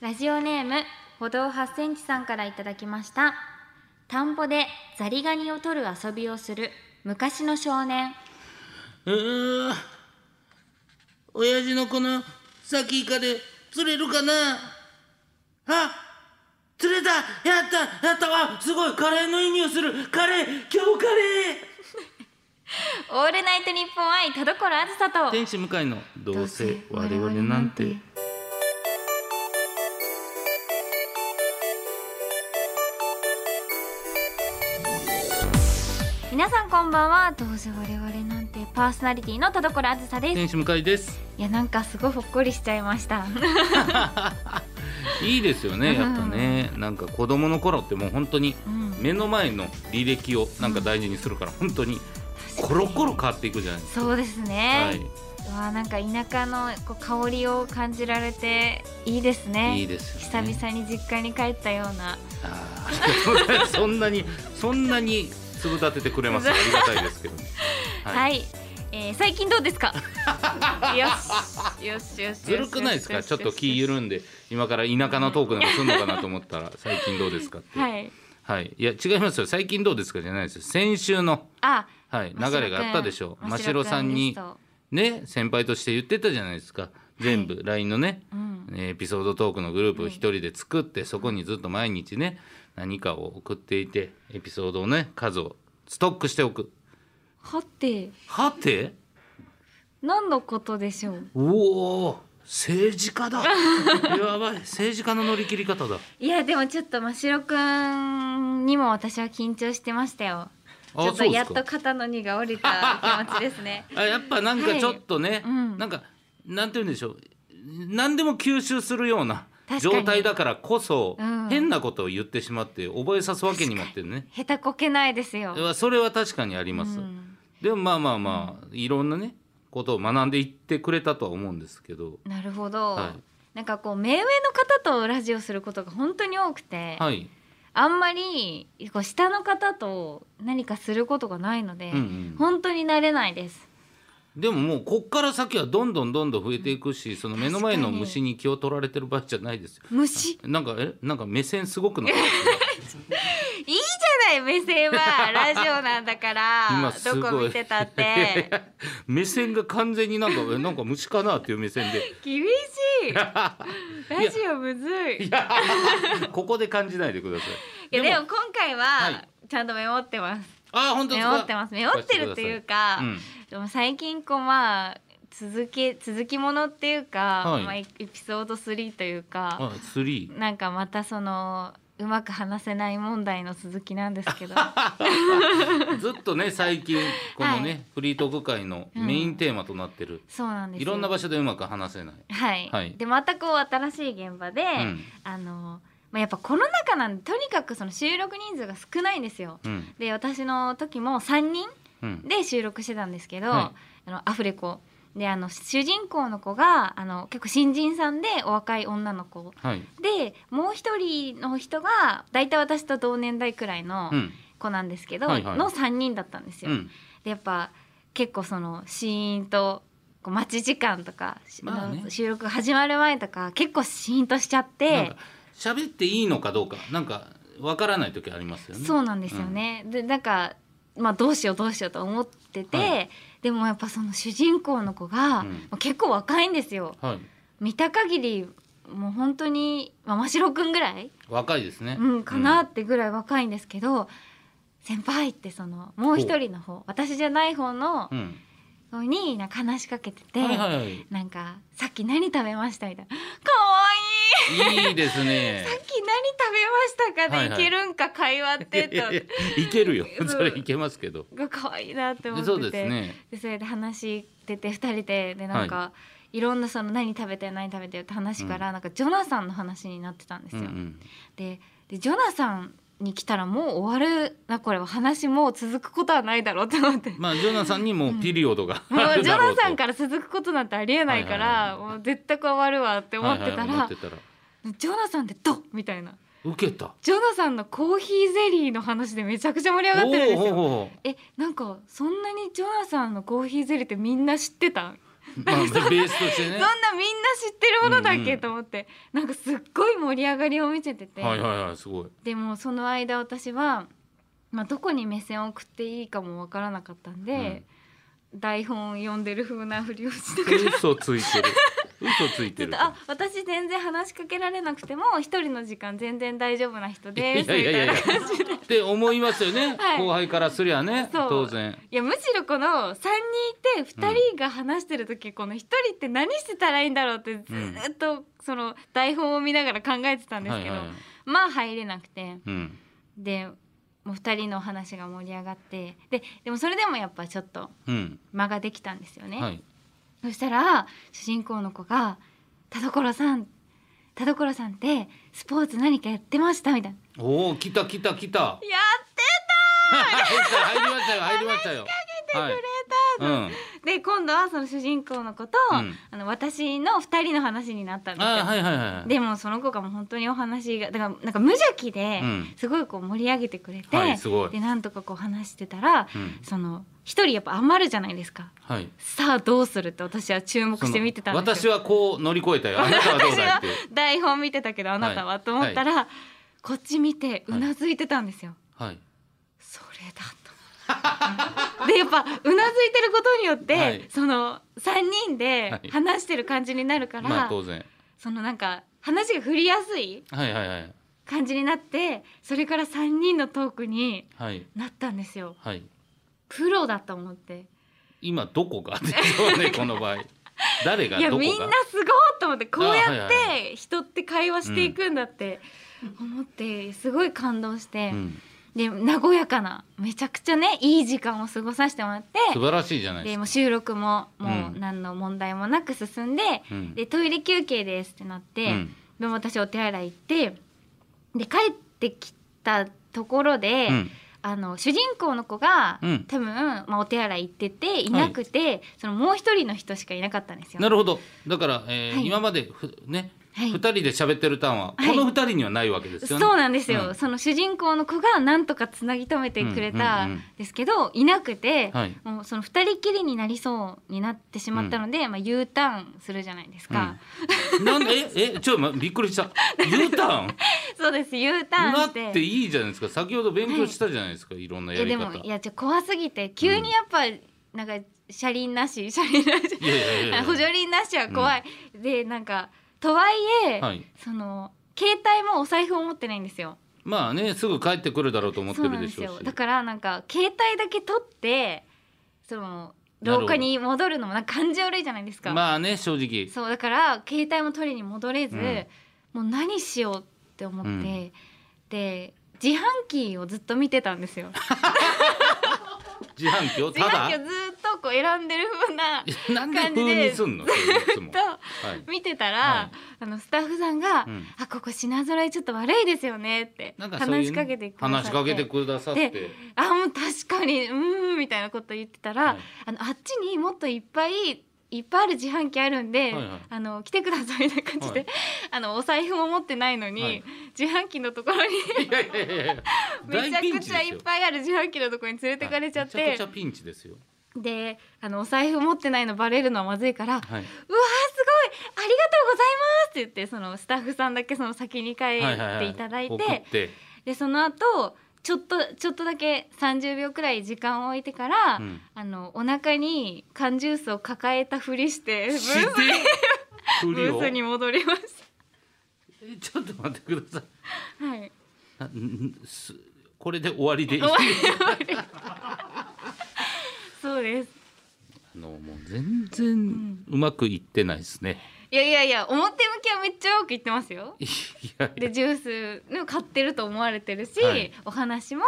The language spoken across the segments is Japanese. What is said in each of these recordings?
ラジオネーム歩道8センチさんからいただきました田んぼでザリガニを取る遊びをする昔の少年うーん親父のこのサキイカで釣れるかなあ釣れたやったやったわすごいカレーのいい匂いするカレー今日カレーオールナイトニッポン愛田所あずさと天使向かいのどうせ我々なんて皆さんこんばんはどうせ我々なんてパーソナリティの田所あずさです天使向かいですいやなんかすごいほっこりしちゃいました いいですよねやっぱねなんか子供の頃ってもう本当にうん目の前の履歴をなんか大事にするから本当にコロコロ変わっていくじゃないですそうですか、はね、わあなんか田舎のこう香りを感じられていいですねい、いいですよ、久ね、々に実家に帰ったようなあー そんなにそんなに粒立ててく れますありがたいですけどね、はい、えー最近どうですか よしよしよしずるくないですよかしちょよっしと気緩んで今から田舎のトークでもすんのかなと思ったら最近どうですかって、はいいはい、いや違いますよ最近どうですかじゃないですよ先週の、あはい、流真白れがあったでしょう君真白さん真に白君リね先輩として言ってたじゃないですか全部 LINE のね、ストうんねエピソードトークのグループを一人で作って、そこにずっと毎日ね何かを送っていてエピソードをね数をストックしておくはてはて何のことでしょううおー政治 家だやばい政治家の乗り切り方だいやでもちょっと真白くんにも私は緊張してましたよちあょっとそうでやっすかと肩の荷が下りた気持ちです ねあやっぱなんかちょっとね、うんなんかなんて言うんでしょう何でも吸収するような確かに状態だからこそ、うん変なことを言ってしまって覚えさすわけにもってね下手こけないですよ、うわそれは確かにあります、うんでもまあまあまあ、いろんなねことを学んでいってくれたとは思うんですけどなるほど、はいなんかこう目上の方とラジオすることが本当に多くて、はい、あんまりこう下の方と何かすることがないので、うんうん本当になれないですでももうこっから先はどんどんどんどん増えていくしその目の前の確かに虫に気を取られてる場合じゃないですよ虫なんかえなんか目線すごくなってるいいじゃない目線はラジオなんだから今すごいどこ見てたっいやいて や 目線が完全になんかえなんか虫かなっていう目線で厳しいラジオむずいいやここで感じないでくださいいやでも今回ははちゃんとメモってます、あー本当ですメかモってますメモってるというか、うんでも最近こうまあ続け続きものっていうか、はいまあ、エピソード3というか、あスリーなんかまたそのうまく話せない問題の続きなんです けどずっとね最近このね、はフリートーク会のメインテーマとなってる、そうなんですよいろんな場所でうまく話せないはい、はいでまたこう新しい現場で、んあの、まあ、やっぱコロナ禍なんでとにかくその収録人数が少ないんですようんで私の時も3人うんで収録してたんですけど、はあのアフレコであの主人公の子があの結構新人さんでお若い女の子はいでもう一人の人が大体私と同年代くらいのうん子なんですけど、はいはいの3人だったんですうよ。んでやっぱ結構そのシーンとこう待ち時間とか、まあねの収録始まる前とか結構シーンとしちゃっなんてか喋っていいのかどうかなんかわからない時ありますよねそうなんですよね。でなんか、まあ、どうしようどうしようと思ってて、はでもやっぱその主人公の子が、うんもう結構若いんですよ。はい見た限りもう本当に、まあ、真白くんぐらい、若いですねうん、かなってぐらい若いんですけど、先輩ってそのもう一人の方私じゃない方のうん、うん方になんか話しかけてて。はいはいはいなんか「さっき何食べました?」みたいな「かわいいいですねい さっき何食べましたか?」はいではいいけるんか会話っいやいやいやていけるようんそれいけますけどとが可愛いなって思っててそうですねでそれで話してて2人ででなんか、い、ろんなその何食べて何食べてって話から、なんかジョナサンの話になってたんですうんよ。うんででジョナサンに来たらもう終わるなこれは話もう続くことはないだろうと思って。まあジョナさんにもピリオドがも あうるジだョろうナとサンから続くことなんてありえないから、はいはいもう絶対これ終わるわって思ってたら、はいはい思ってたらジョナサンってドッみたいな受けたジョナサンのコーヒーゼリーの話でめちゃくちゃ盛り上がってるんですおうおようおう えなんかそんなにジョナサンのコーヒーゼリーってみんな知ってたまあ、ベースとしそてねんなみんな知ってるものだっけ、と思ってなんかすっごい盛り上がりを見せてて、はいはいはいすごいでもその間私は、まあ、どこに目線を送っていいかもわからなかったんで、台本を読んでる風なふりをしながら嘘ついてる嘘ついちょてっるとあ私全然話しかけられなくても一人の時間全然大丈夫な人いやでいすやみいやたいいなやいって思いますよね、 はい後輩からすりゃねそう当然やむしろこの3人いて2人が話してる時、この1人って何してたらいいんだろうってずーっとその台本を見ながら考えてたんですけど、はいはいまあ入れなくてうんでもう2人の話が盛り上がってででもそれでもやっぱちょっとうん間ができたんですよね。はいそしたら主人公の子が「田所さん田所さんってスポーツ何かやってました」みたいなおお来た来た来た「やって入りましたよ入りましたよくれた、はい、うんた!」で今度はその主人公の子と、うんあの私の2人の話になったんですよ。あーはいはいはいでもその子がもう本当にお話がだからなんか無邪気でうんすごいこう盛り上げてくれて、はいすごいでなんとかこう話してたら、うんその一人やっぱ余るじゃないですかはいさあどうするって私は注目して見てたんです私よはこう乗り越えたよあなたはどうだいっていう台本見てたけどあなたは、はいと思ったら、こっち見てうなずいてたんですよ、はいそれだと 思ってでやっぱうなずいてることによって、はいその三人はでい話してる感じになるから、まあ当然そのなんか話が振りやすいはいはいはい感じになってそれから3人のトークにはいなったんですよはいプロだと思って今どこがでしょうねこの場合誰がいやどこがみんなすごいと思ってこうあはいやっはいはて人って会話していくんだって思ってすごい感動して、うん、で和やかなめちゃくちゃねいい時間を過ごさせてもらって素晴らしいじゃないでですかもう収録ももううん何の問題もなく進んで,、うんでトイレ休憩ですってなって、うんでも私お手洗い行ってで帰ってきたところで。うんあの主人公の子が、うん多分、まあ、お手洗い行ってていなくて、そのもう一人の人しかいなかったんですよ。なるほどだから、えーはい今までふね、はい2人で喋ってるターンは、はいこの2人にはないわけですそようねなんですよ、うんその主人公の子がなんとかつなぎ止めてくれたうんうんうんんですけど、いなくて、はいもうその二人きりになりそうになってしまったので、まあ、U ターンするじゃないですか、うんなんでええちょっと待ってびっくりした U ターンそうです U ターンなしってていいじゃないですか先ほど勉強したじゃないですか、い、ろんなやいりやで方もいやちょ怖すぎて急にやっぱ、なんか車輪なし車 輪なしいやいやいやいや補助輪なしは怖い、でなんかとはいえ、はいその携帯もお財布を持ってないんですよまあねすぐ帰ってくるだろうと思ってそうるなんででしすょうよしだからなんか携帯だけ取ってそのなるほど廊下に戻るのもなんか感じ悪いじゃないですか、まあね正直そうだから携帯も取りに戻れず、うんもう何しようって思って、うんで自販機をずっと見てたんです よ自販機を自た販だ機をずっとこう選んでる風ななんで感じ風でにすんのそれいつもとはい見てたら、はいあのスタッフさんが「うんあここ品揃えちょっと悪いですよね」ってなんかそういうね話しかけてくださって話しかけてくださってであもう確かにうーんみたいなこと言ってたら、はいあのあっちにもっといっぱいいっぱいある自販機あるんで、はいはいあの来てくださいみたいな感じで、はいあのお財布も持ってないのに、はい自販機のところにいやいやいやいやめちゃ大ピンくチちでゃすいっよぱいある自販機のところに連れてかれちゃって、はいめちゃくちゃピンチですよであのお財布持ってないのバレるのはまずいから、はいうわーすごいありがとうございますって言ってそのスタッフさんだけその先に帰はいはっていただいて、送ってでその後ちょっとちょっとだけ30秒くらい時間を置いてから、うんあのお腹に缶ジュースを抱えたふりしてブーしス てふブりをースに戻りましえちょっと待ってくださいた。はいあんんすこれで終わりでいい終わり終わりそうですあのもう全然うまくいってないですね、いやいやいや表向きはめっちゃよく言ってますよいやいやでジュースの買ってると思われてるし、はいお話も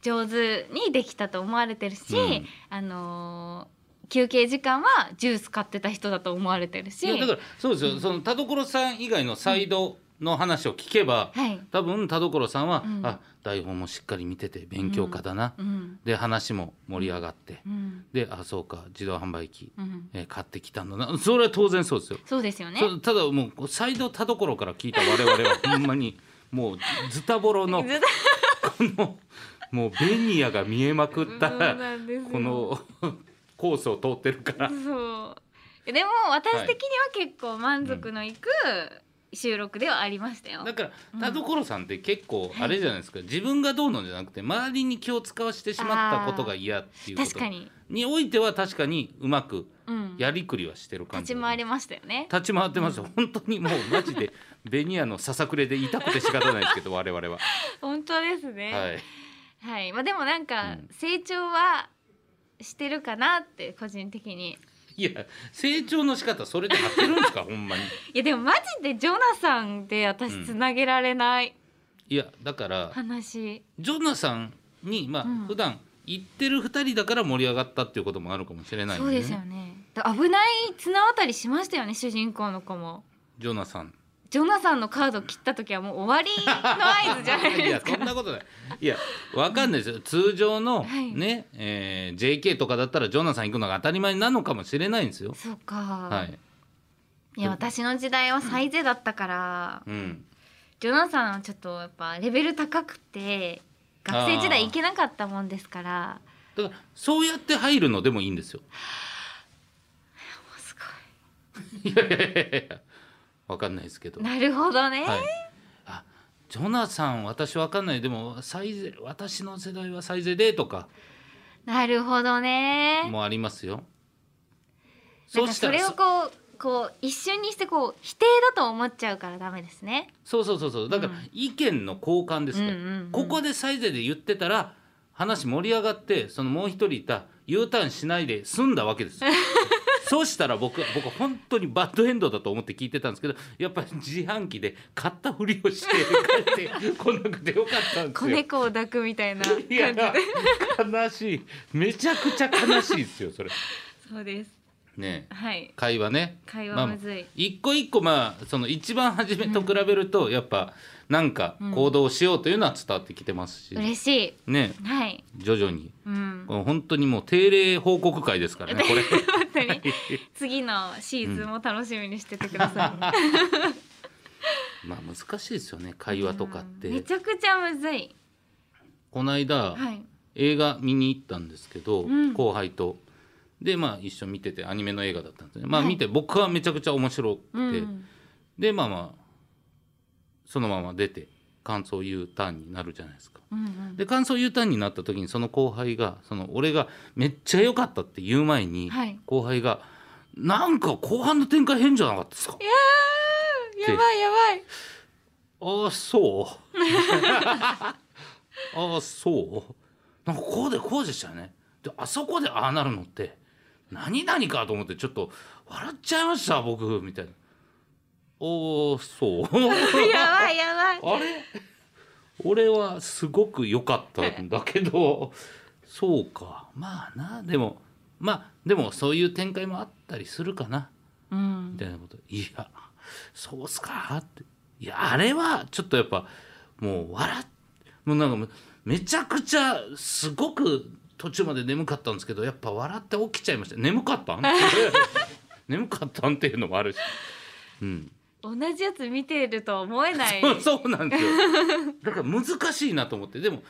上手にできたと思われてるし、うんあのー休憩時間はジュース買ってた人だと思われてるしいやだからそうですよ、その田所さん以外のサイドの話を聞けば、はい多分田所さんは、うんあ台本もしっかり見てて勉強家だな、うんで話も盛り上がって、うんであそうか自動販売機、うん、えー買ってきたんだなそれは当然そうですよ、そうですよねそただもうこうサイド田所から聞いた我々は ほんまにもうズタボロのこずっのもうベニヤが見えまくとったそうなんですよこのコースを通ってるからそうでも私的には結構満足のいく収録ではありましたよ、だから田所さんって結構あれじゃないですか、自分がどうのじゃなくて周りに気を使わしてしまったことが嫌っていうこ確とかに、においては確かにうまくうん、やりくりはしてる感立じち回りましたよね立ち回ってますよ本当にもうマジでベニヤのささくれで痛くて仕方ないですけ ど我々は、本当ですねはい、はいまあでもなんかうん成長はしてるかなって個人的にいや成長の仕方それで合ってるんですかほんまにいやでもマジでジョナサンでうん私つなげられないいやだから話、ジョナさんにまあ、うん普段行ってる二人だから盛り上がったっていうこともあるかもしれないんそうですよねだ危ない綱渡りしましたよね主人公の子もジョナさんジョナサンのカード切った時はもう終わりの合図じゃないですかやそんなことないいやわかんないですよ通常のはいね、えー JK とかだったらジョナさん行くのが当たり前なのかもしれないんですよそうか、はい、い、や私の時代は最善だったから、うん、ジョナサンはちょっとやっぱレベル高くて学生時代行けなかったもんですからだからそうやって入るのでもいいんですよ もうすいやいやいやいやわかんないですけどごいなるほどね、はい、あジョナサン私わかんないでもサイゼ私の世代はサイゼでとかなるほどねもありますよなそんうかしたそられをそこうこう一瞬にしてこう否定だと思っちゃうからダメですね。そうそうそうそうだからうん意見の交換ですから、うんうんうんここでサイゼで言ってたら話盛り上がってそのもう一人いた U ターンしないで済んだわけですよ そうしたら僕僕本当にバッドエンドだと思って聞いてたんですけどやっぱり自販機で買ったふりをして帰ってこなくてよかったんです子よ。猫を抱くみたいな いや感じで。悲しいめちゃくちゃ悲しいですよそれそうです。ねえはい。会話ね会ま話あむずい。一個一個まあその一番初めと比べるとやっぱなんかうん行動しようというのは伝わってきてますし、嬉しねい。はい。え徐々にうん。この本当にもう定例報告会ですからねこれ 本当に次のシーズンも楽しみにしててくださ い。まあ難しいですよね会話とかっうんめてちゃくちゃむずい。この間、はい。映画見に行ったんですけど、うん後輩とでまあ一緒に見ててアニメの映画だったんですねまあはい見て、僕はめちゃくちゃ面白くて、うん。でまあまあそのまま出て感想 U ターンになるじゃないですか。うんうんで感想 U ターンになった時にその後輩がその俺がめっちゃ良かったって言う前に、はい後輩が「なんか後半の展開変じゃなかったですやか?」ばいやばい。ああそう ああそうなんかこうでこうでしたよねであそこでああなるのって何々かと思ってちょっと笑っちゃいました僕みたいなおおそうやばいやばい。あれ俺はすごく良かったんだけどそうかまあなでもまあでもそういう展開もあったりするかなうみん。たいなこと「いやそうっすか?」って「いやあれはちょっとやっぱもう笑っもうなんかもうめちゃくちゃすごく途中まで眠かったんですけどやっぱ笑って起きちゃいました眠かったん 眠かったんっていうのもあるし、うん、同じやつ見てるとは思えない。そうそうなんですよだから難しいなと思ってでも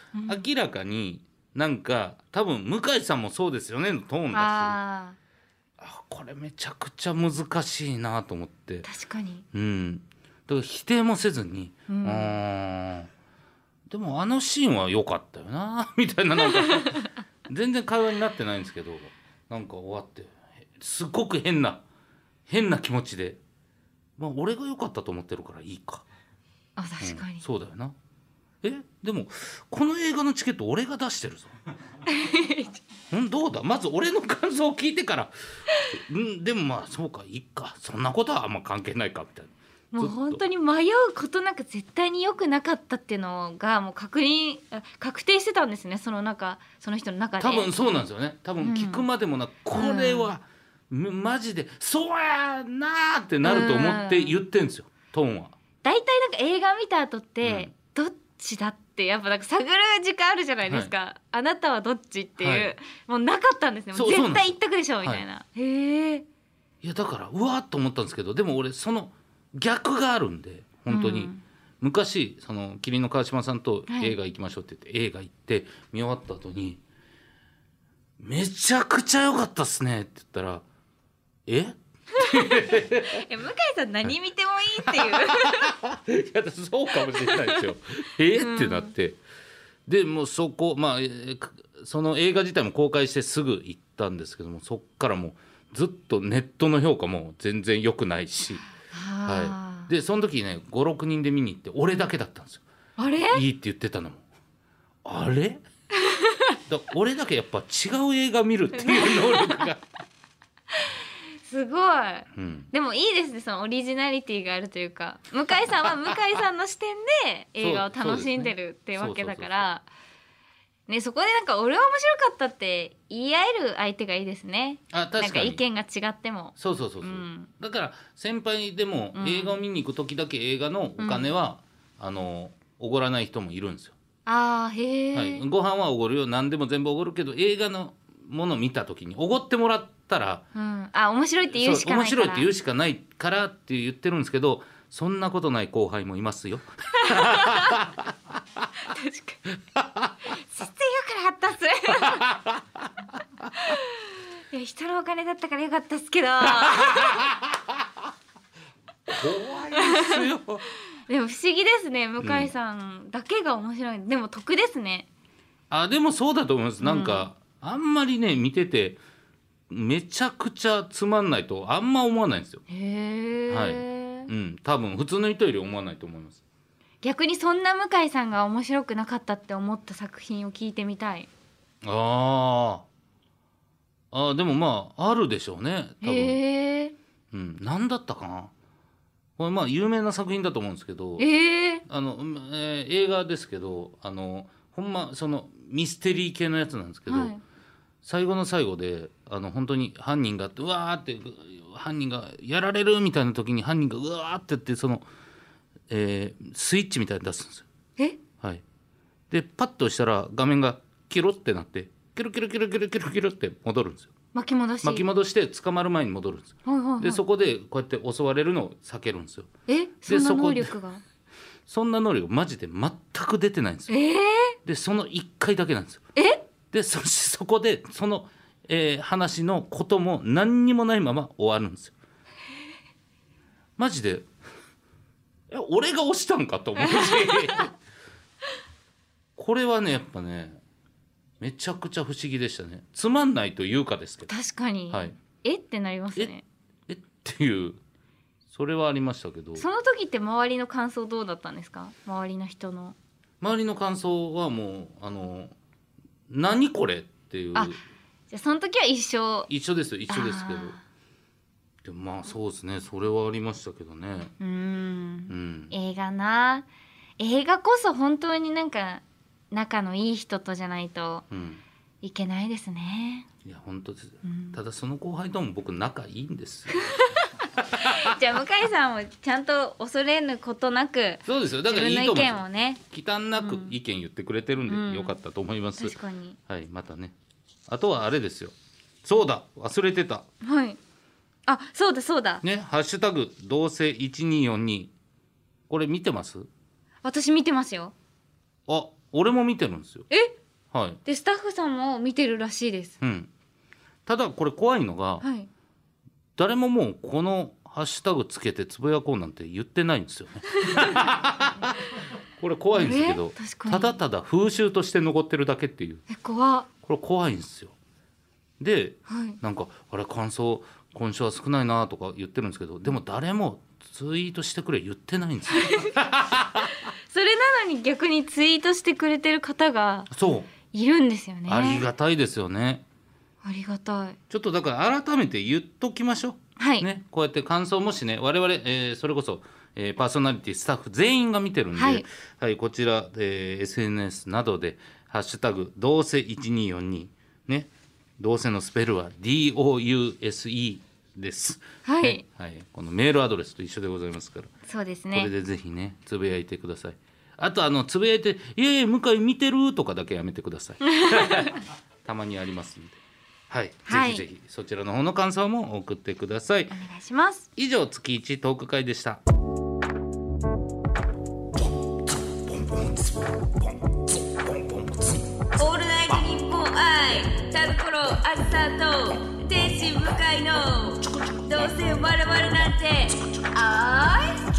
明らかになんか多分向井さんもそうですよねのトーンだしああこれめちゃくちゃ難しいなと思ってあ。確かに。うん、だから否定もせずに、ううーんん、でもあのシーンは良かったよな みたいななんか全然会話になってないんですけどなんか終わってへすごく変な変な気持ちで、まあ、俺が良かったと思ってるからいいか、あうん確かに。そうだよなえでもこの映画のチケット俺が出し てるぞうんどうだまず俺の感想を聞いてからうんでもまあそうかいいかそんなことはあんま関係ないかみたいな。もう本当に迷うことなく絶対に良くなかったっていうのがもう確認あ確定してたんですねその中その人の中で多分そうなんですよね多分聞くまでもなく、これは、むマジで「そうやな!」ってなると思って言ってんですよ、トーンは。大体なんか映画見た後って、どっちだってやっぱなんか探る時間あるじゃないですか、あなたはどっちっていう、はいもうなかったんですねもうそうそう絶なんです対一択でしょみたいな、へえいやだからうわーっと思ったんですけどでも俺その逆があるんで本当に、うん昔その麒麟の川島さんとはい映画行きましょうって言って、映画行って見終わった後に「めちゃくちゃ良かったっすね」って言ったら「ええ向井さん何見てもいいって いう。いやそうかもしれないですよ。 えーってなってでもうそこまあえーくその映画自体も公開してすぐ行ったんですけどもそっからもうずっとネットの評価も全然良くないし、あはーい、でその時ね56人で見に行って俺だけだったんですよ。あれいいって言ってたのもあれ だ俺だけやっぱ違う映画見るっていう能力 が、すごい。うん、でもいいですねそのオリジナリティがあるというか向井さんは向井さんの視点で映画を楽しんでるってわけだからねそこでなんか俺は面白かったって言い合える相手がいいですねあなん確かかに意見が違ってもそうそうそうそう、うんだから先輩でもうん映画を見に行く時だけ映画のお金は、あのおごらない人もいるんですよ、あーへえ、はい、ご飯はおごるよ何でも全部おごるけど映画のもの見た時におごってもらったらうん、あ面白いって言うしそかう面ないか白いってら言うしかないからって言ってるんですけどそんなことない後輩もいますよ確かに知ってるから発達いや人のお金だったからよかったっすけど怖いですよでも不思議ですね向井さんだけが面白い、でも得ですね あでもそうだと思いますなんか、あんまりね見ててめちゃくちゃつまんないとあんま思わないんですよ、へえ、うん、多分普通の人より思わないと思います逆にそんな向井さんが面白くなかったって思った作品を聞いてみたいあーあーでもまああるでしょうね多分、へえうん、何だったかなこれまあ有名な作品だと思うんですけどええあの、うんえー映画ですけどあのほんまそのミステリー系のやつなんですけど、はい最後の最後であの本当に犯人がうわーってぐ犯人がやられるみたいな時に犯人がうわーってやってその、えースイッチみたいに出すんですよ。えはい、でパッと押したら画面がキロってなってキロキロキロキロキロキロって戻るんですよ。巻き戻し巻き戻して捕まる前に戻るんですよ。はいはいはいでそこでこうやって襲われるのを避けるんですよ。えそんなそこ能力がそんな能力マジで全く出てないんですよ。ええでその1回だけなんですよ。えでそ してそこでその、えー話のことも何にもないまま終わるんですよ。マジでいや俺が押したんかと 思うしこれはねやっぱねめちゃくちゃ不思議でしたねつまんないというかですけど確かに、はいえってなりますねえっていうそれはありましたけどその時って周りの感想どうだったんですか周りの人の周りの感想はもうあの「何これ?」っていうあじゃあその時は一生一緒ですよ一緒ですけどあーでもまあそうですねそれはありましたけどねうーんうん映画な映画こそ本当になんか仲のいい人とじゃないとうんいけないですねいや本当ですようんただその後輩とも僕仲いいんですよ じゃあ向井さんもちゃんと恐れぬことなくそうですよだ自からい分いのと意思い見まをねす忌憚なく意見言ってくれてるうんんでよかったと思います、確かにはいまたねあとはあれですよそうだ忘れてたはいあそうだそうだ、ねハッシュタグどうせ1242これ見てます私見てますよあ俺も見てるんですよえはいでスタッフさんも見てるらしいですうんただこれ怖いのが、はい誰ももうこのハッシュタグつけてつぶやこうなんて言ってないんですよ ね。これ怖いんですけどえ確かにただただ風習として残ってるだけっていうえ怖っこれ怖いんですよ。ではいなんかあれ感想今週は少ないなとか言ってるんですけどでも誰もツイートしてくれ言ってないんですよ。 それなのに逆にツイートしてくれてる方がそういるんですよねありがたいですよね。ありがたいちょっとだから改めて言っときましょう。はい、ね、こうやって感想もしね我々、えーそれこそ、えーパーソナリティスタッフ全員が見てるんで、ははいいこちら、えー SNS などで「ハッシュタグどうせ1242」ねどうせのスペルは DOUSE です、はいねはい、このメールアドレスと一緒でございますから、そうですこれねでぜひねつぶやいてくださいあとあのつぶやいて「いえいえ向井見てる」とかだけやめてく ださいたまにありますんではい、はいぜひぜひそちらの方の感想も送ってくださいお願いします以上月一トーク会でしたオールナイトニッポンアイタルコロアスタート天使チ向かいのどうせ我々なんてあい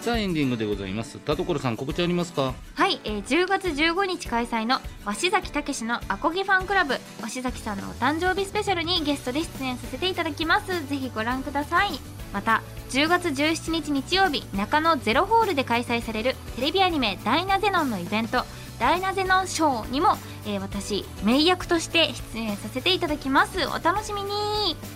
さあエンディングでございます田所さん告知ありますかはい、えー10月15日開催の鷲崎武のアコギファンクラブ鷲崎さんのお誕生日スペシャルにゲストで出演させていただきますぜひご覧くださいまた10月17日日曜日中野ゼロホールで開催されるテレビアニメ「ダイナゼノン」のイベント「ダイナゼノンショー」にも、えー私名役として出演させていただきますお楽しみに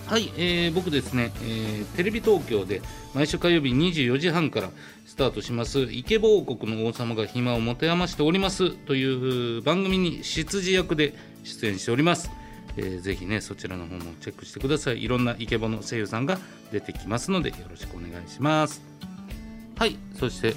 はい、えー僕ですね、えーテレビ東京で毎週火曜日24時半からスタートします「イケボ王国の王様が暇を持て余しております」という番組に執事役で出演しております、えーぜひねそちらの方もチェックしてくださいいろんなイケボの声優さんが出てきますのでよろしくお願いしますはいそして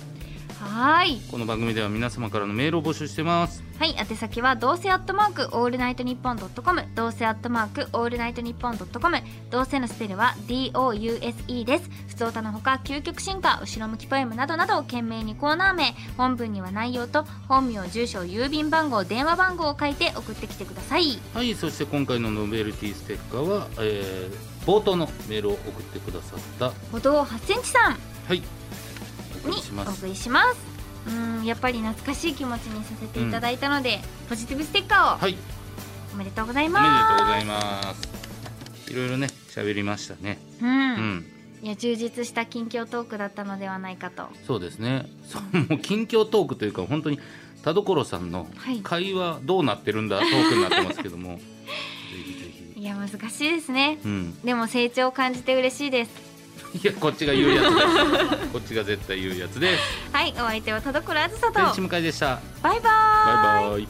はーいこの番組では皆様からのメールを募集してますはい、宛先はどうせアットマークオールナイトニッポンドットコムどうせアットマークオールナイトニッポンドットコムどうせのスペルは DOUSE です普通歌のほか究極進化後ろ向きポエムなどなどを懸命にコーナー名本文には内容と本名住所郵便番号電話番号を書いて送ってきてくださいはいそして今回のノベルティステッカーは、えー冒頭のメールを送ってくださった歩道8センチさんはい。おに願いしまおす。送りしますうーんやっぱり懐かしい気持ちにさせていただいたので、ポジティブステッカーをはい、おめでとうございおめでとうごまざいます。いろいろね、喋りましたね。すう、うんん、いや充実した近況トークだったのではないかとそうですね。そうもう近況トークというか、本当に田所さんのはい会話どうなってるんだ、トークになってますけど も。ぜひぜひ。いや難しいですねうん、でも成長を感じて嬉しいですいや、こっちが言うやつです。こっちが絶対言うやつです。はいお相手は田所あずさと天使向井でした。バイバーイバイバイ。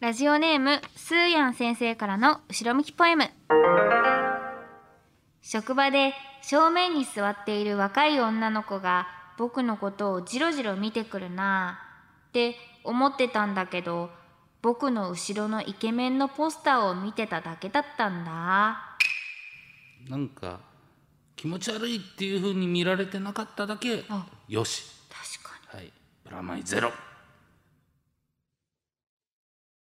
ラジオネームスーヤン先生からの後ろ向きポエム職場で正面に座っている若い女の子が僕のことをじろじろ見てくるなあって思ってたんだけど僕の後ろのイケメンのポスターを見てただけだったんだなんか。気持ち悪いっていう風に見られてなかっただけあ。よし。確かにはい。プラマイゼロ。